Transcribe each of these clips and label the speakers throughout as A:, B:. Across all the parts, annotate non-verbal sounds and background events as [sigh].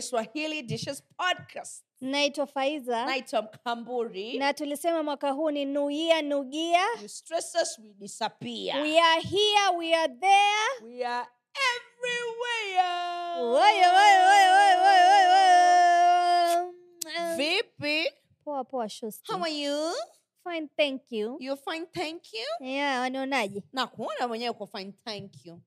A: swahili dishes podcast
B: naitwa faiza
A: naitwa mkamburi
B: na tulisema mwaka huu ni nuia nugia
A: you stress us we disappear
B: we are here we are there
A: we are everywhere
B: Wayo, wayo, wayo, wayo, wayo, wayo, wayo.
A: vipi
B: poa poa shosti
A: how are you
B: fine thank you
A: you fine thank you
B: yeah wanaonaje
A: na kuona mwenyewe uko fine thank you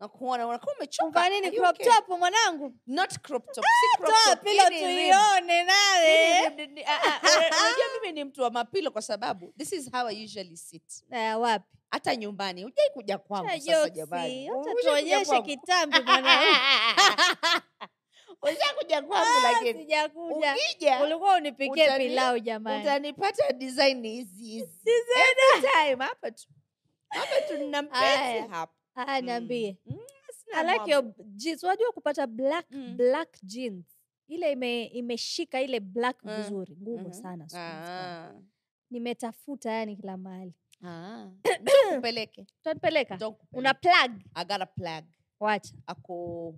A: na kuona unakuwa umechoka
B: umva
A: Are
B: nini
A: you
B: crop
A: okay?
B: top mwanangu
A: not crop top si crop
B: toa
A: top
B: pilo
A: hili rim.
B: tuione
A: [laughs]
B: nawe
A: Hili rim, ni- ah, ah, unajua mimi ni mtu wa mapilo kwa sababu this is how i usually sit
B: Ah, wapi
A: hata nyumbani hujai kuja kwangu
B: Ah,
A: sasa
B: Joksi,
A: jamani
B: acha
A: Hujai kuja
B: tuonyeshe
A: kwangu. Ah,
B: kitambi
A: [laughs]
B: mwanangu
A: Usha ah. kuja kwangu
B: Ah,
A: lakini
B: sijakuja
A: ukija
B: ulikuwa unipikie
A: utani-
B: pilau jamani
A: utanipata design hizi hizi. Every time hapa tu hapa tu [laughs] nina mpenzi
B: Aya.
A: hapa
B: Ah,
A: Mm.
B: niambie
A: Mm, sina
B: I like
A: mwamba.
B: your jeans. Wajua kupata black
A: Mm.
B: black jeans. Ile ime, imeshika ile black
A: Mm.
B: vizuri, ngumu
A: Mhm.
B: sana. siku hizi sana.
A: Ah.
B: Nimetafuta yani kila mahali.
A: [clears throat] Ah. Ndio kupeleke.
B: Utanipeleka?
A: Ndio kupeleke.
B: Una plug.
A: I got a plug.
B: Wacha.
A: Ako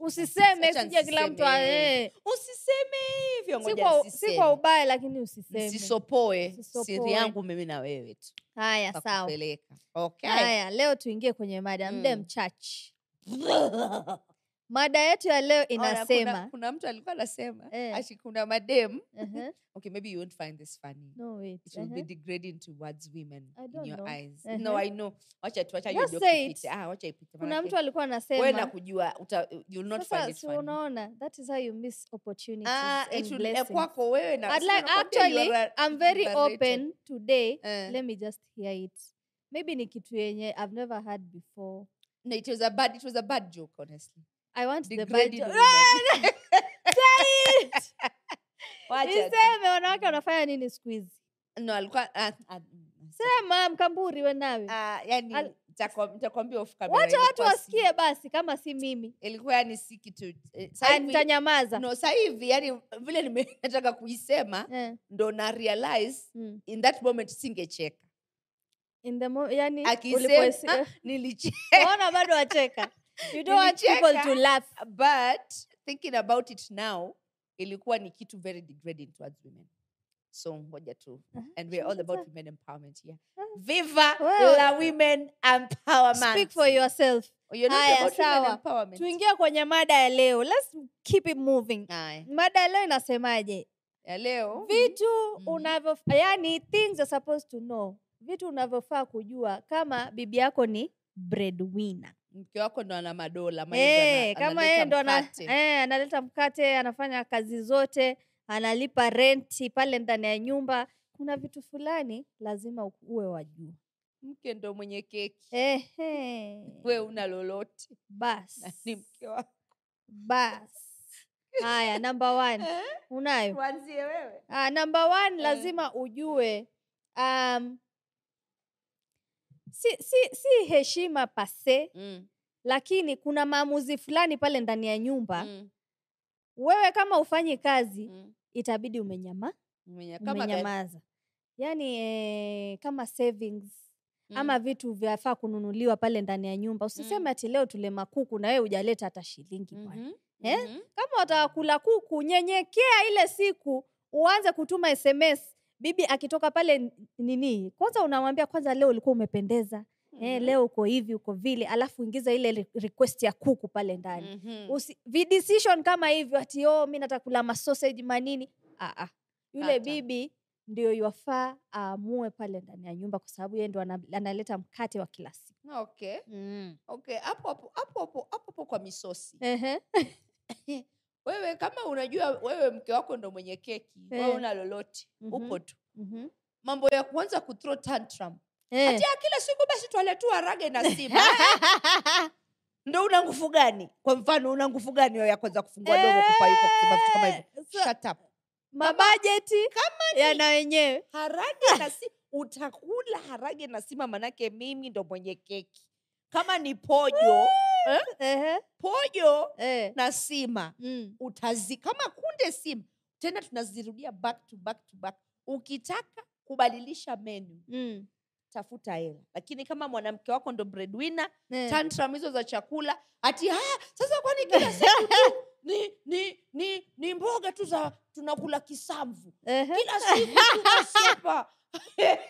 B: Usiseme
A: Acha
B: sije kila mtu a-
A: Ah, nisiseme.
B: eh.
A: usiseme hivyo
B: Si
A: ngoja
B: kwa si
A: nisiseme.
B: kwa ubaya lakini usiseme.
A: Nisisopoe siri
B: Usisopoe.
A: yangu mimi na wewe tu.
B: Haya,
A: Ah,
B: sawa.
A: Nitakupeleka. Okay.
B: Haya, leo tuingie kwenye mada muda
A: Mm. [laughs]
B: mchache. Mada yetu ya leo
A: Ona, Kuna, [laughs]
B: inasema
A: kuna mtu alikuwa anasema
B: Eh.
A: ati kuna madem
B: Aha,
A: okay maybe you won't find this funny
B: Uh-huh. no wait. Uh-huh.
A: it will be
B: aha.
A: degrading towards women
B: I
A: in
B: don't
A: your
B: know.
A: eyes no
B: Uh-huh.
A: i know wacha tu wacha hiyo
B: Just
A: joke
B: say it.
A: ipite. ah wacha ipite
B: Kuna
A: manake
B: mtu alikuwa
A: wewe
B: anasema
A: nakujua uta, you'll not
B: Sasa,
A: find it
B: si
A: funny
B: unaona that is how you miss opportunities
A: ah
B: and
A: it will eh,
B: blessings.
A: kwako wewe na
B: I'd
A: si
B: like,
A: nakwambia you
B: actually,
A: are a-
B: I'm very
A: underrated.
B: open today.
A: Eh.
B: Let me just hear it. Maybe ni kitu yenye I've never heard before.
A: no it was a bad it was a bad joke honestly
B: I want the
A: Degraded
B: bad
A: women.
B: [laughs]
A: [laughs] wacha tu.
B: Niseme wanawake wanafanya nini siku hizi?
A: no alikuwa ah, ah,
B: Sema mkamburi we nawe.
A: ah yani
B: Al-
A: nitakwam- nitakwambia off camera
B: Wacha watu
A: ilikuwa si-
B: wasikie basi kama si mimi.
A: ilikuwa yani yaani si kitu eh,
B: Ah,
A: sasa hivi-
B: Nitanyamaza.
A: no sasa hivi yani vile nime- [laughs] nataka kuisema
B: Eh,
A: ndo na realize
B: mm.
A: in that moment singecheka
B: In the mo- yani
A: akisema
B: ulipoisi-
A: [laughs] nilicheka
B: Waona bado wacheka. You don't want people to
A: Nilicheka.
B: laugh.
A: but thinking about it now ilikuwa ni kitu very degrading towards women so ngoja tu
B: Aha,
A: and we're all
B: sure,
A: about
B: sure.
A: women empowerment yeah
B: Ah.
A: viva
B: Well,
A: la women empowerment
B: Speak for yourself.
A: You're not
B: Haya,
A: about
B: sawa.
A: women empowerment
B: tuingie kwenye mada ya leo let's keep it moving
A: Haya,
B: mada ya leo inasemaje
A: ya leo
B: vitu
A: Mhm.
B: unavyo yani things are supposed to know vitu unavyofaa kujua kama bibi yako ni breadwinner
A: mke wako ndo ana madola maana ndo ana-
B: hey, Eh, kama
A: analeta
B: yeye ndo ana-
A: mkate.
B: eh, analeta mkate anafanya kazi zote analipa renti pale ndani ya nyumba kuna vitu fulani lazima u- uwe wajua
A: mke ndo mwenye keki
B: Eh. Ehe.
A: we una lolote na [laughs] ni
B: bas
A: mke wako
B: bas haya number one
A: [laughs] Eh,
B: unayo
A: tuanzie wewe
B: Uh, number one
A: Eh.
B: lazima ujue um, si, si, si heshima pase
A: mm,
B: lakini kuna maamuzi fulani pale ndani ya nyumba
A: mm,
B: wewe kama ufanyi kazi
A: mm.
B: itabidi umenyama,
A: Umenya- kama gani?
B: umenyamaza yaani eh, kama savings
A: Mm,
B: ama vitu vyafaa kununuliwa pale ndani ya nyumba usiseme ati leo tule makuku na wewe hujaleta hata shilingi bwana
A: mhm,
B: eh?
A: mhm.
B: kama wataka kula kuku nyenyekea ile siku uanze kutuma sms bibi akitoka pale n- nini kwanza unamwambia kwanza leo ulikuwa umependeza eh,
A: Mhm,
B: leo uko hivi uko vile alafu ingiza ile re- request ya kuku pale ndani
A: mhm.
B: Usi, videcision kama hivyo ati oh, mi nataka kula masoseji manini ah, ah. yule
A: Kata.
B: bibi ndio yafaa aamue pale ndani ya nyumba kwa sababu yeye ndo ana- analeta mkate wa kila siku
A: okay okay hapo hapo hapo hapo hapo hapo kwa misosi
B: Ehe.
A: wewe kama unajua wewe mke wako ndo mwenye keki wewe
B: Eh.
A: una lolote
B: Mhm.
A: upo tu
B: Mhm.
A: mambo ya kuanza kuthrow tantrum
B: Eh.
A: Ati ya kila siku basi twaletua rage
B: [laughs]
A: na sima
B: Eh.
A: [laughs] ndo una nguvu gani kwa mfano una nguvu gani wewe ya kwanza kufungua dogo kupaika kusema vitu kama hivyo
B: Eh, So-
A: shut up
B: mabajeti yana wenyewe
A: harage na si utakula harage na sima manake mimi ndo mwenye keki kama ni pojo
B: Ehe,
A: pojo
B: eh,
A: na sima
B: mm,
A: utazi kama kunde sima tena tunazirudia back to back to back ukitaka kubadilisha menu
B: mm,
A: tafuta hela lakini kama mwanamke wako ndo breadwinner
B: eh.
A: tantrum hizo za chakula ati "Ah, sasa kwani kila siku tu ni, ni, ni ni mboga tu za tunakula kisamvu
B: Ehe.
A: kila siku tunasapa [laughs]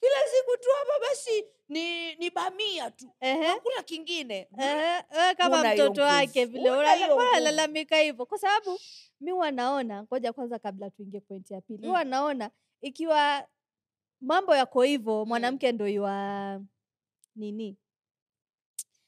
A: kila siku tu hapa basi ni ni bamia tu
B: Ehe.
A: kula kingine
B: Eh, wewe kama
A: Una hiyo
B: mtoto wake
A: nguvu.
B: vile
A: Una
B: una-
A: hiyo
B: mbona
A: nguvu.
B: lalamika hivyo, kwa sababu mi wanaona, ngoja kwanza, kabla tuingie pointi ya pili,
A: Mm.
B: wanaona ikiwa mambo yako hivyo,
A: Mm.
B: mwanamke ndo iwa nini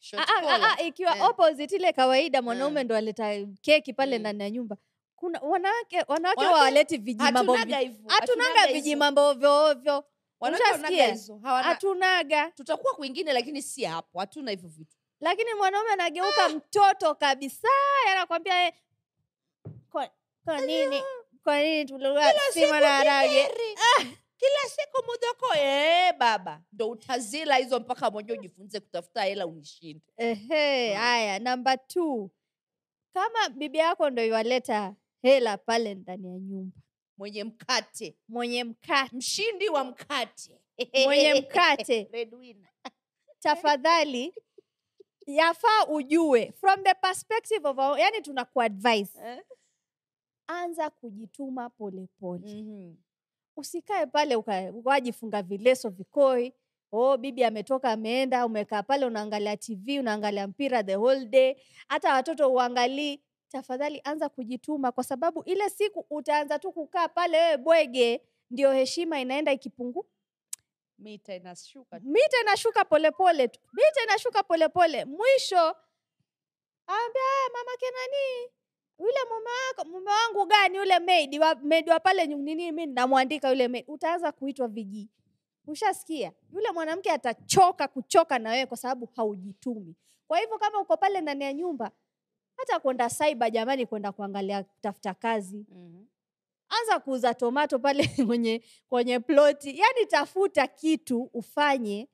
A: Short
B: Ah, ah,
A: collar.
B: ah, ah, ikiwa
A: Eh.
B: opposite ile kawaida mwanaume
A: Mm.
B: ndo aleta keki pale
A: Mm.
B: ndani ya nyumba. Kuna wanawake wanawake
A: Wanawake
B: hawaleti vijimambo
A: Hatunaga hivyo,
B: hatunanga
A: hizo.
B: vijimambo ovyo ovyo,
A: Wanawake
B: Ushasikia?
A: wanaga hizo, hawana-
B: hatunaga,
A: tutakuwa kwingine lakini si hapo hatuna hivyo vitu
B: lakini mwanaume
A: Ah!
B: anageuka mtoto kabisa, anakwambia eh, kwa, kwa nini kwa nini tulikula sima na harage?
A: Kigeri. kila siku mudoko eh, baba ndo utazila hizo mpaka mwenyewe ujifunze kutafuta hela unishinde
B: Ehe,
A: Mm.
B: haya namba two, kama bibi yako ndo iwaleta hela pale ndani ya nyumba,
A: mwenye mkate
B: mwenye mkate
A: mshindi wa mkate [laughs]
B: mwenye mkate
A: Breadwinner.
B: tafadhali yafaa ujue from the perspective of our, yani tuna kuadvise
A: Eh?
B: anza kujituma polepole pole.
A: Mhm.
B: usikae pale uka- ukajifunga vileso vikoi oh bibi ametoka ameenda umekaa pale unaangalia tv unaangalia mpira the whole day hata watoto uangalii tafadhali anza kujituma kwa sababu ile siku utaanza tu kukaa pale wewe bwege ndio heshima inaenda ikipungua
A: mita inashuka
B: mita inashuka polepole tu mita inashuka polepole mwisho aambia mama kenani yule mume wako mume wangu gani yule maid wa, maid wa pale nyu- nini mi namwandika yule maid utaanza kuitwa vijii ushasikia yule mwanamke atachoka kuchoka na wewe kwa sababu haujitumi kwa hivyo kama uko pale ndani ya nyumba hata kwenda saiba jamani kwenda kuangalia kutafuta kazi
A: Mhm.
B: anza kuuza tomato pale [laughs] kwenye kwenye ploti yani tafuta kitu ufanye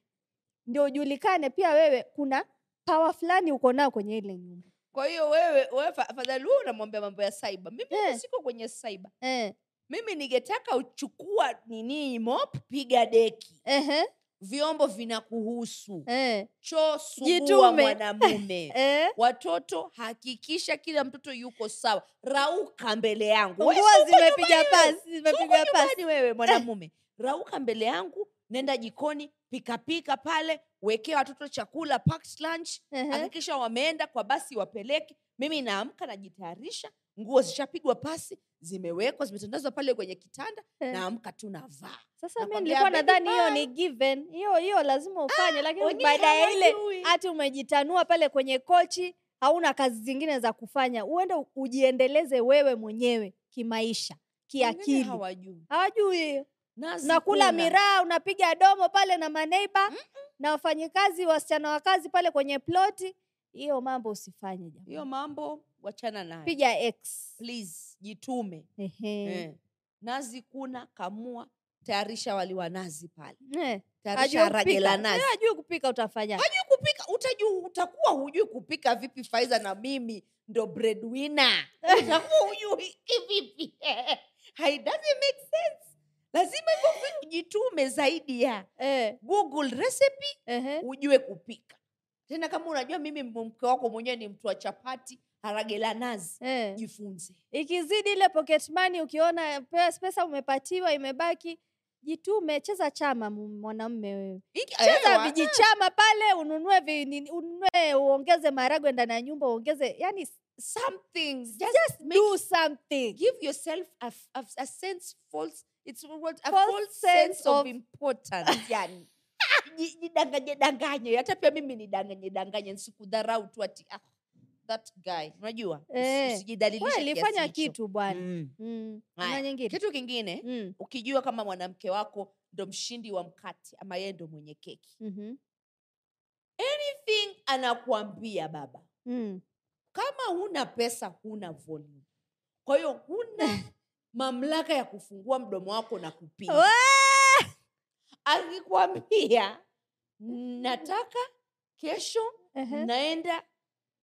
B: ndio ujulikane pia wewe kuna pawa fulani uko nao kwenye ile nyumba
A: kwa hiyo wewe wewe fa- afadhali huu unamwambia mambo ya saiba mimi
B: Eh.
A: siko kwenye saiba
B: eh,
A: mimi ningetaka uchukua nini mop piga deki
B: ehe,
A: vyombo vinakuhusu
B: eh,
A: choo sugua
B: Jitume.
A: mwanamume
B: [laughs] eh.
A: watoto hakikisha kila mtoto yuko sawa rauka mbele yangu
B: nguo
A: We si uko
B: zimepiga
A: nyumbani wewe.
B: pasi
A: Si uko
B: zimepiga pasi
A: nyumbani wewe mwanamume rauka mbele yangu nenda jikoni pikapika pale wekea watoto chakula packed lunch
B: Ehe,
A: hakikisha wameenda kwa basi wapeleke mimi naamka najitayarisha nguo zishapigwa pasi zimewekwa zimetandazwa pale kwenye kitanda
B: Eh.
A: naamka tu navaa
B: sasa mi
A: Nakwambia,
B: nilikuwa
A: baby
B: nadhani hiyo
A: bye.
B: ni given hiyo hiyo lazima ufanye lakini
A: wenyewe
B: Yaani baada ya ile
A: hawajui.
B: hati umejitanua pale kwenye kochi hauna kazi zingine za kufanya uende u- ujiendeleze wewe mwenyewe kimaisha
A: Wengine
B: kiakili
A: hawajui
B: hawajui
A: Nazi
B: unakula
A: kula.
B: miraa unapiga domo pale na maneiba na wafanyikazi wasichana wa kazi pale kwenye ploti hiyo mambo usifanye jamani.
A: hiyo mambo wachana nayo
B: piga x
A: please jitume
B: Ehe.
A: eh. nazi kuna kamua tayarisha wali wa nazi pale
B: Eh, hajui
A: tayarisha rage
B: kupika.
A: la
B: Eh,
A: nazi
B: hajui kupika utafanya
A: hujui kupika utajua utakuwa hujui kupika vipi faiza na mimi ndo breadwinner [laughs] utakuwa hujui vipi [laughs] Hai- doesn't make sense lazima hivyo vitu jitume zaidi ya
B: Eh,
A: google recipe
B: ehe.
A: ujue kupika tena kama unajua mimi mke wako mwenyewe ni mtu wa chapati harage la nazi
B: Eh.
A: jifunze
B: ikizidi ile pocket money ukiona pe- pesa umepatiwa imebaki jitume cheza chama mu- mwanamme wewe
A: Hiki- eh,
B: cheza
A: wa-
B: vijichama pale ununue vi, nini- ununue uongeze maragwe ndani ya nyumba uongeze yani
A: something just, make
B: do something
A: give yourself a, f- a, f- a sense false it's what a
B: False
A: false, sense,
B: sense
A: of,
B: of-
A: importance [laughs] yani Ji- jidanganye danganye hata pia mimi nidanganye danganye nisikudharau tu ati ah, that guy unajua usi-
B: Eh.
A: usijidhalilishe
B: Wewe
A: kiasi
B: lifanya
A: hicho.
B: kitu bwana
A: Mm.
B: mm.
A: Haya.
B: na nyingine
A: kitu kingine
B: mm.
A: ukijua kama mwanamke wako ndo mshindi wa mkate ama yeye ndo mwenye keki
B: mhm,
A: thing anakuambia baba
B: mm.
A: kama huna pesa huna volume kwa hiyo [laughs] huna mamlaka ya kufungua mdomo wako na kupiga
B: Wee!
A: akikwambia nataka kesho Mm.
B: Ehe,
A: naenda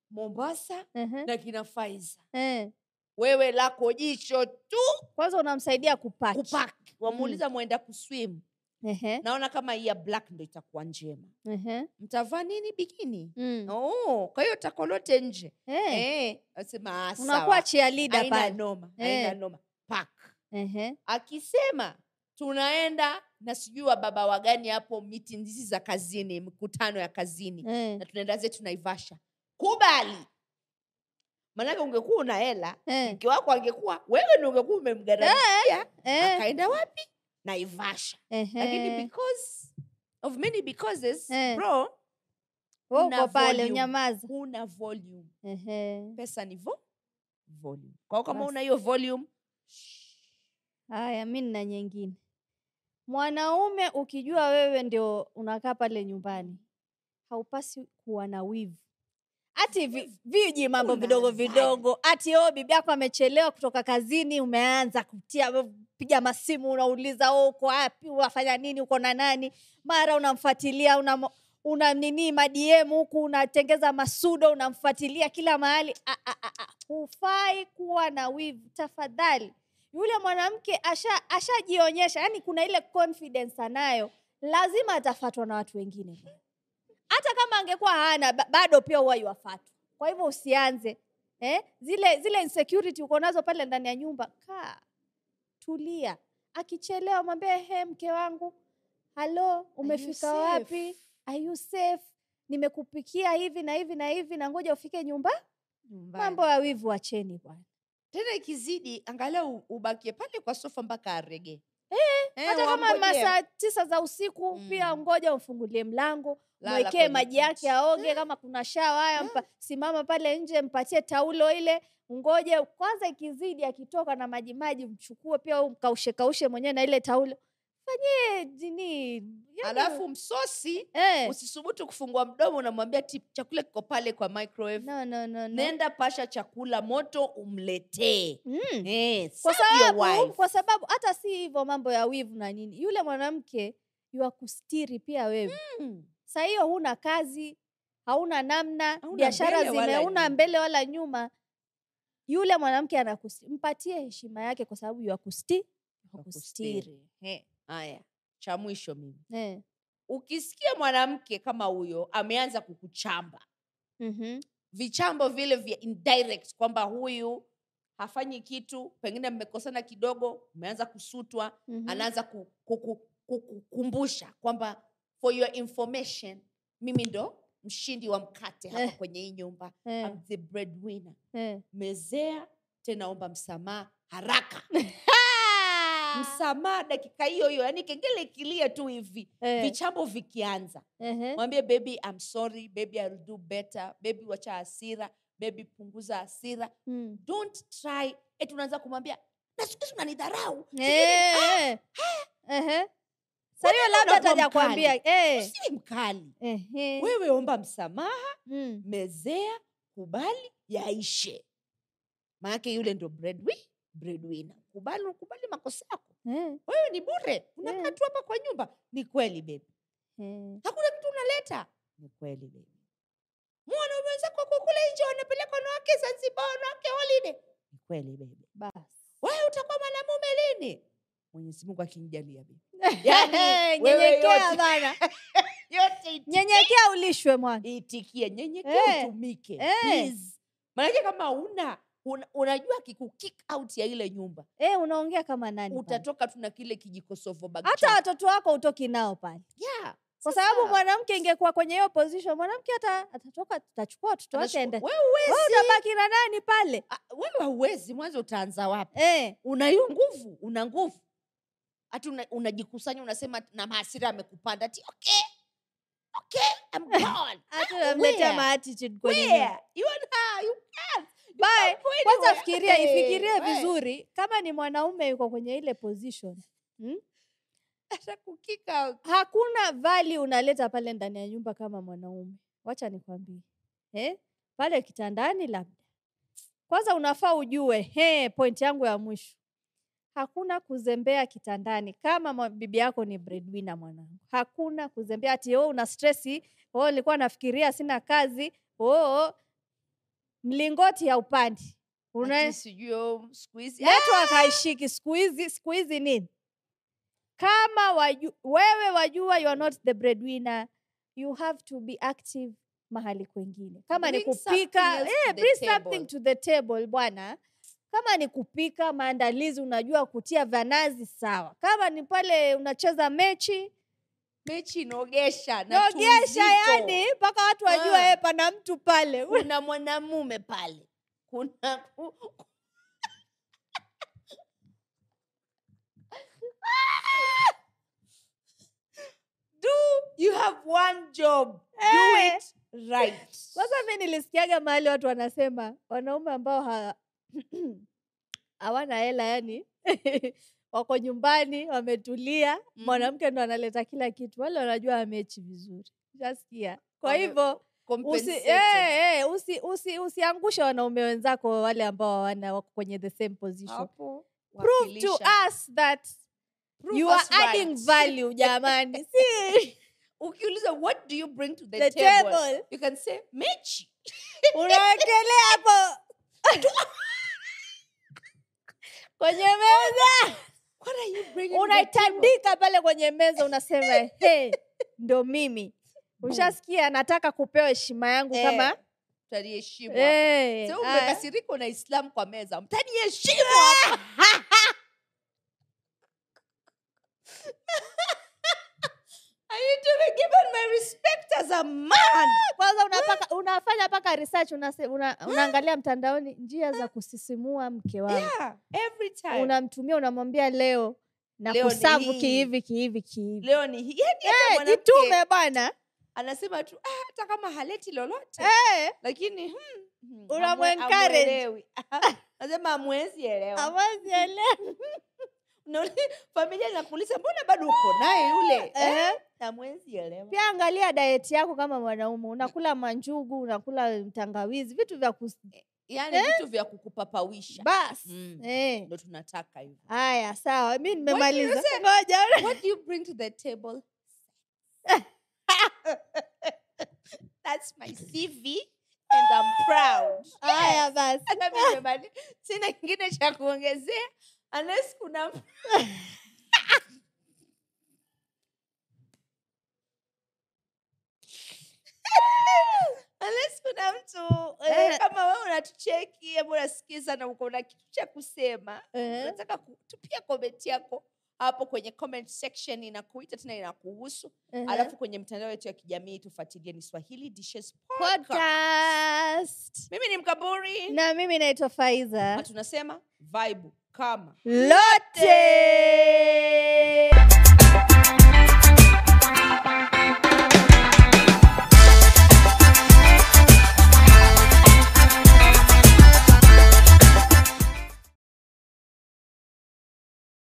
A: mombasa
B: ehe,
A: na kina faiza
B: eh.
A: wewe lako jicho tu
B: kwanza unamsaidia kupaki Mm.
A: kupaki wamuuliza mwenda kuswim
B: Ehe,
A: naona kama hii ya black ndo itakuwa njema
B: ehe.
A: mtavaa nini bikini
B: Mm.
A: oh, kwa hiyo tako lote nje
B: Eh,
A: Eh, nasema "Ah,
B: unakuwa
A: sawa.
B: cheerleader
A: haina
B: pale.
A: noma
B: Eh.
A: haina noma pak [laughs]
B: Ehe,
A: akisema tunaenda na sijui wa baba wagani hapo meeting hizi za kazini mikutano ya kazini
B: eh,
A: na tunaenda zetu naivasha kubali maanake ungekuwa una hela
B: eh,
A: mke wako angekuwa wewe ni ungekuwa umemgaramia
B: eh,
A: akaenda wapi naivasha lakini
B: ehe.
A: because of many becauses
B: Eh.
A: bro
B: Wewe
A: una
B: uko pale
A: volume.
B: unyamaza.
A: huna volume
B: Ehe.
A: pesa ni vo volume kwa hiyo kama
B: Basi.
A: una hiyo volume
B: Haya, mi nina nyingine. Mwanaume ukijua wewe ndio unakaa pale nyumbani, haupasi kuwa na wivu. Ati vi, viji mambo vidogo
A: Unaanzaje?
B: vidogo, ati o bibi yako amechelewa kutoka kazini, umeanza kutia piga masimu, unauliza "Oh, uko wapi, unafanya nini, uko na nani, mara unamfuatilia una una nini madm huku unatengeza masudo unamfuatilia kila mahali Ah, ah, ah, ah. hufai kuwa na wivu tafadhali yule mwanamke asha- ashajionyesha yani kuna ile confidence anayo lazima atafatwa na watu wengine pia. hata kama angekuwa hana ba- bado pia huwa yuwafatwa kwa hivyo usianze eh? zile zile insecurity uko nazo pale ndani ya nyumba kaa tulia akichelewa mwambie he mke wangu halo umefika
A: safe?"
B: wapi are you safe nimekupikia hivi na hivi na hivi na ngoja ufike nyumba
A: nyumbani.
B: mambo ya wivu acheni bwana
A: tena ikizidi angalau ubakie pale kwa sofa mpaka arege Eh,
B: hata kama
A: wamngojee.
B: masaa tisa za usiku pia
A: Mm.
B: ngoja umfungulie mlango
A: Lala
B: mwekee
A: kwenye Eh.
B: maji
A: kiti.
B: yake aoge kama kuna shawa haya mpa, simama pale nje mpatie taulo ile ngoje kwanza ikizidi akitoka na maji maji mchukue pia wewe mkaushe kaushe mwenyewe na ile taulo fanyie jini yani-
A: alafu msosi
B: eh.
A: usisubutu kufungua mdomo unamwambia "Ti- chakula kiko pale kwa microwave
B: no, no, no, no.
A: nenda pasha chakula moto umletee
B: Mm.
A: Eh,
B: kwa
A: serve your
B: sababu
A: wife.
B: kwa sababu hata si hivyo mambo ya wivu na nini yule mwanamke yuwakustiri pia wewe
A: Mm.
B: saa hiyo huna kazi hauna namna
A: Hauna
B: biashara
A: mbele
B: zime
A: wala
B: huna
A: nyuma.
B: mbele wala nyuma yule mwanamke anakusti mpatie heshima yake kwa sababu yakusti
A: Kustiri. Eh, haya cha mwisho mimi
B: eh.
A: ukisikia mwanamke kama huyo ameanza kukuchamba
B: mm-hmm.
A: vichambo vile vya indirect kwamba huyu hafanyi kitu pengine mmekosana kidogo umeanza kusutwa
B: mm-hmm.
A: anaanza ku- kuku- kukukumbusha kwamba for your information mimi ndo mshindi wa mkate hapa
B: Eh.
A: kwenye hii nyumba
B: eh.
A: I'm the breadwinner
B: eh.
A: mezea tena omba msamaha haraka
B: [laughs]
A: msamaha dakika hiyo hiyo yani kengele ikilia tu hivi
B: eh.
A: vichambo vikianza
B: ehe.
A: mwambie baby I'm sorry baby I'll do better baby wacha hasira baby punguza hasira
B: Mm.
A: don't try eti unaanza kumwambia na siku hizi unanidharau
B: Eh, eh. Ehe. saa hiyo labda
A: unakuwa
B: ataja kuambia eh.
A: usiwe mkali
B: Ehe.
A: wewe omba msamaha
B: Mm.
A: mezea kubali yaishe maanake yule ndo breadwi- breadwinner kubali ukubali makosa yako
B: Eh,
A: wewe ni bure unakaa
B: Yeah.
A: tu hapa kwa nyumba ni kweli bebi
B: eh.
A: hakuna kitu unaleta ni kweli bebi mwana umewezako kukula nje wanapeleka wanawake zanzibar wanawake holiday ni kweli bebi
B: Bas.
A: wewe utakuwa mwanamume lini mwenyezi mungu akinijalia bebi
B: [laughs]
A: Yaani, wewe
B: Eh, nyenyekea
A: yote-
B: bana [laughs]
A: yote iti-
B: nyenyekea ulishwe mwana
A: itikie
B: Eh,
A: nyenyekea utumike
B: eh.
A: please. maanake kama una, una unajua kiku kick out ya ile nyumba
B: eh, unaongea kama nani bana?
A: utatoka tu na kile kijikosovo bag
B: hata
A: chako.
B: watoto wako hutoki nao pale
A: yeah.
B: kwa sababu
A: Sasa,
B: mwanamke ingekuwa kwenye hiyo position mwanamke hata atatoka tutachukua watoto wake
A: anachukua-
B: ende
A: wewe huwezi-
B: Wewe utabaki na nani pale
A: ah, wewe huwezi mwanzo utaanza wapi
B: eh,
A: una hiyo nguvu una nguvu hati unajikusanya unasema na maasira amekupanda ti okay okay
B: [laughs]
A: I'm gone Ah,
B: hata unamletea
A: where?
B: maatitude kwenye nyumba.
A: Where? you and her, you can't. You
B: Bye.
A: can't go
B: kwanza
A: anywhere.
B: fikiria
A: Eh,
B: ifikirie
A: bye.
B: vizuri kama ni mwanaume yuko kwenye ile position hmm?
A: Atakukick out.
B: hakuna vali unaleta pale ndani ya nyumba kama mwanaume wacha nikwambie eh? pale kitandani labda kwanza unafaa ujue he point yangu ya mwisho hakuna kuzembea kitandani kama mwa- bibi yako ni breadwinner mwanangu hakuna kuzembea ati oh, una stresi oh, nilikuwa nafikiria sina kazi oh, oh. mlingoti haupandi Una-
A: Ati sijui, oh, siku hizi
B: network haishiki siku hizi siku hizi nini kama waju, wewe wajua you are not the breadwinner you have to be active mahali kwengine kama ni
A: Bring
B: kupika
A: something else to
B: eh,
A: the
B: bring
A: table.
B: something to the table bwana kama ni kupika maandalizi unajua kutia vanazi sawa kama ni pale unacheza mechi
A: mechi inaogesha na
B: nogesha
A: tuuzito.
B: yani yaani, mpaka watu wajua
A: Ah.
B: eh, pana mtu pale [laughs]
A: kuna mwanamume pale kuna ku- [laughs] ku- do you have one job do
B: Eh.
A: it right
B: kwanza mi nilisikiaga mahali watu wanasema wanaume ambao ha- [clears throat] hawana hela yani [laughs] wako nyumbani wametulia
A: Mhm.
B: mwanamke ndo analeta kila kitu wale wanajua wamechi vizuri shasikia kwa
A: Wame-
B: hivyo usi,
A: Compensated.
B: eh, eh, usi, usi, usiangushe wanaume wenzako wale ambao hawana wako kwenye the same position
A: Hapo,
B: prove to
A: wakilisha.
B: us that
A: Prove
B: you are
A: us right.
B: adding value
A: [laughs]
B: jamani si
A: ukiuliza what do you bring to the,
B: the
A: table?
B: table
A: you can say mechi
B: unawekelea hapo [laughs] kwenye meza
A: what are you bringing to the table?
B: unaitandika pale kwenye
A: [laughs]
B: meza unasema hey, ndo mimi ushasikia nataka kupewa heshima yangu
A: Eh,
B: kama
A: utaniheshimu hapo.
B: Eh,
A: Sasa
B: ah. Eh.
A: umekasirika na islam kwa meza mtaniheshimu hapa. [laughs] I need to be given my respect as a man.
B: kwanza unapaka- unafanya mpaka research unase- una- unaangalia mtandaoni njia za kusisimua mke wako
A: Yeah, every time.
B: unamtumia unamwambia leo na
A: Leo ni
B: kusavu
A: hii.
B: kihivi kihivi kihivi
A: Leo ni hii. Yaani hata
B: Eh,
A: mwanamke
B: jitume bwana
A: anasema tu "Ah, hata kama haleti lolote
B: Eh,
A: lakini hmm, hmm,
B: Unamwe-
A: hamwe-
B: encourage.
A: hamuelewi. [laughs] Anasema hamwezi elewa.
B: hawezi elewa.
A: Na ule- Familia inakuuliza mbona bado uko naye yule? Eh,
B: Eh.
A: Hamwezi elewa.
B: pia angalia diet yako kama mwanaume unakula manjugu unakula tangawizi vitu vya kus...
A: Yaani vitu vya kukupapawisha.
B: bas
A: Mm.
B: eh.
A: ndo tunataka hivyo
B: haya sawa mi
A: you
B: nimemaliza
A: say?
B: ngoja
A: what do you bring to the table that's my cv and i'm proud
B: haya basi
A: Hata mimi nimemali- sina kingine cha kuongezea unless kuna
B: [laughs]
A: unless kuna mtu eh,
B: Eh.
A: kama wewe unatucheki ama unasikiza na uko na kitu cha kusema
B: Eh,
A: nataka kutupia komenti yako hapo kwenye comment section inakuita tena inakuhusu
B: eh.
A: alafu kwenye mtandao wetu ya kijamii tufuatilie ni swahili dishes
B: eh.
A: Podcast.
B: podcast
A: mimi ni mkaburi na,
B: na mimi naitwa faiza
A: tunasema vibe kama
B: lote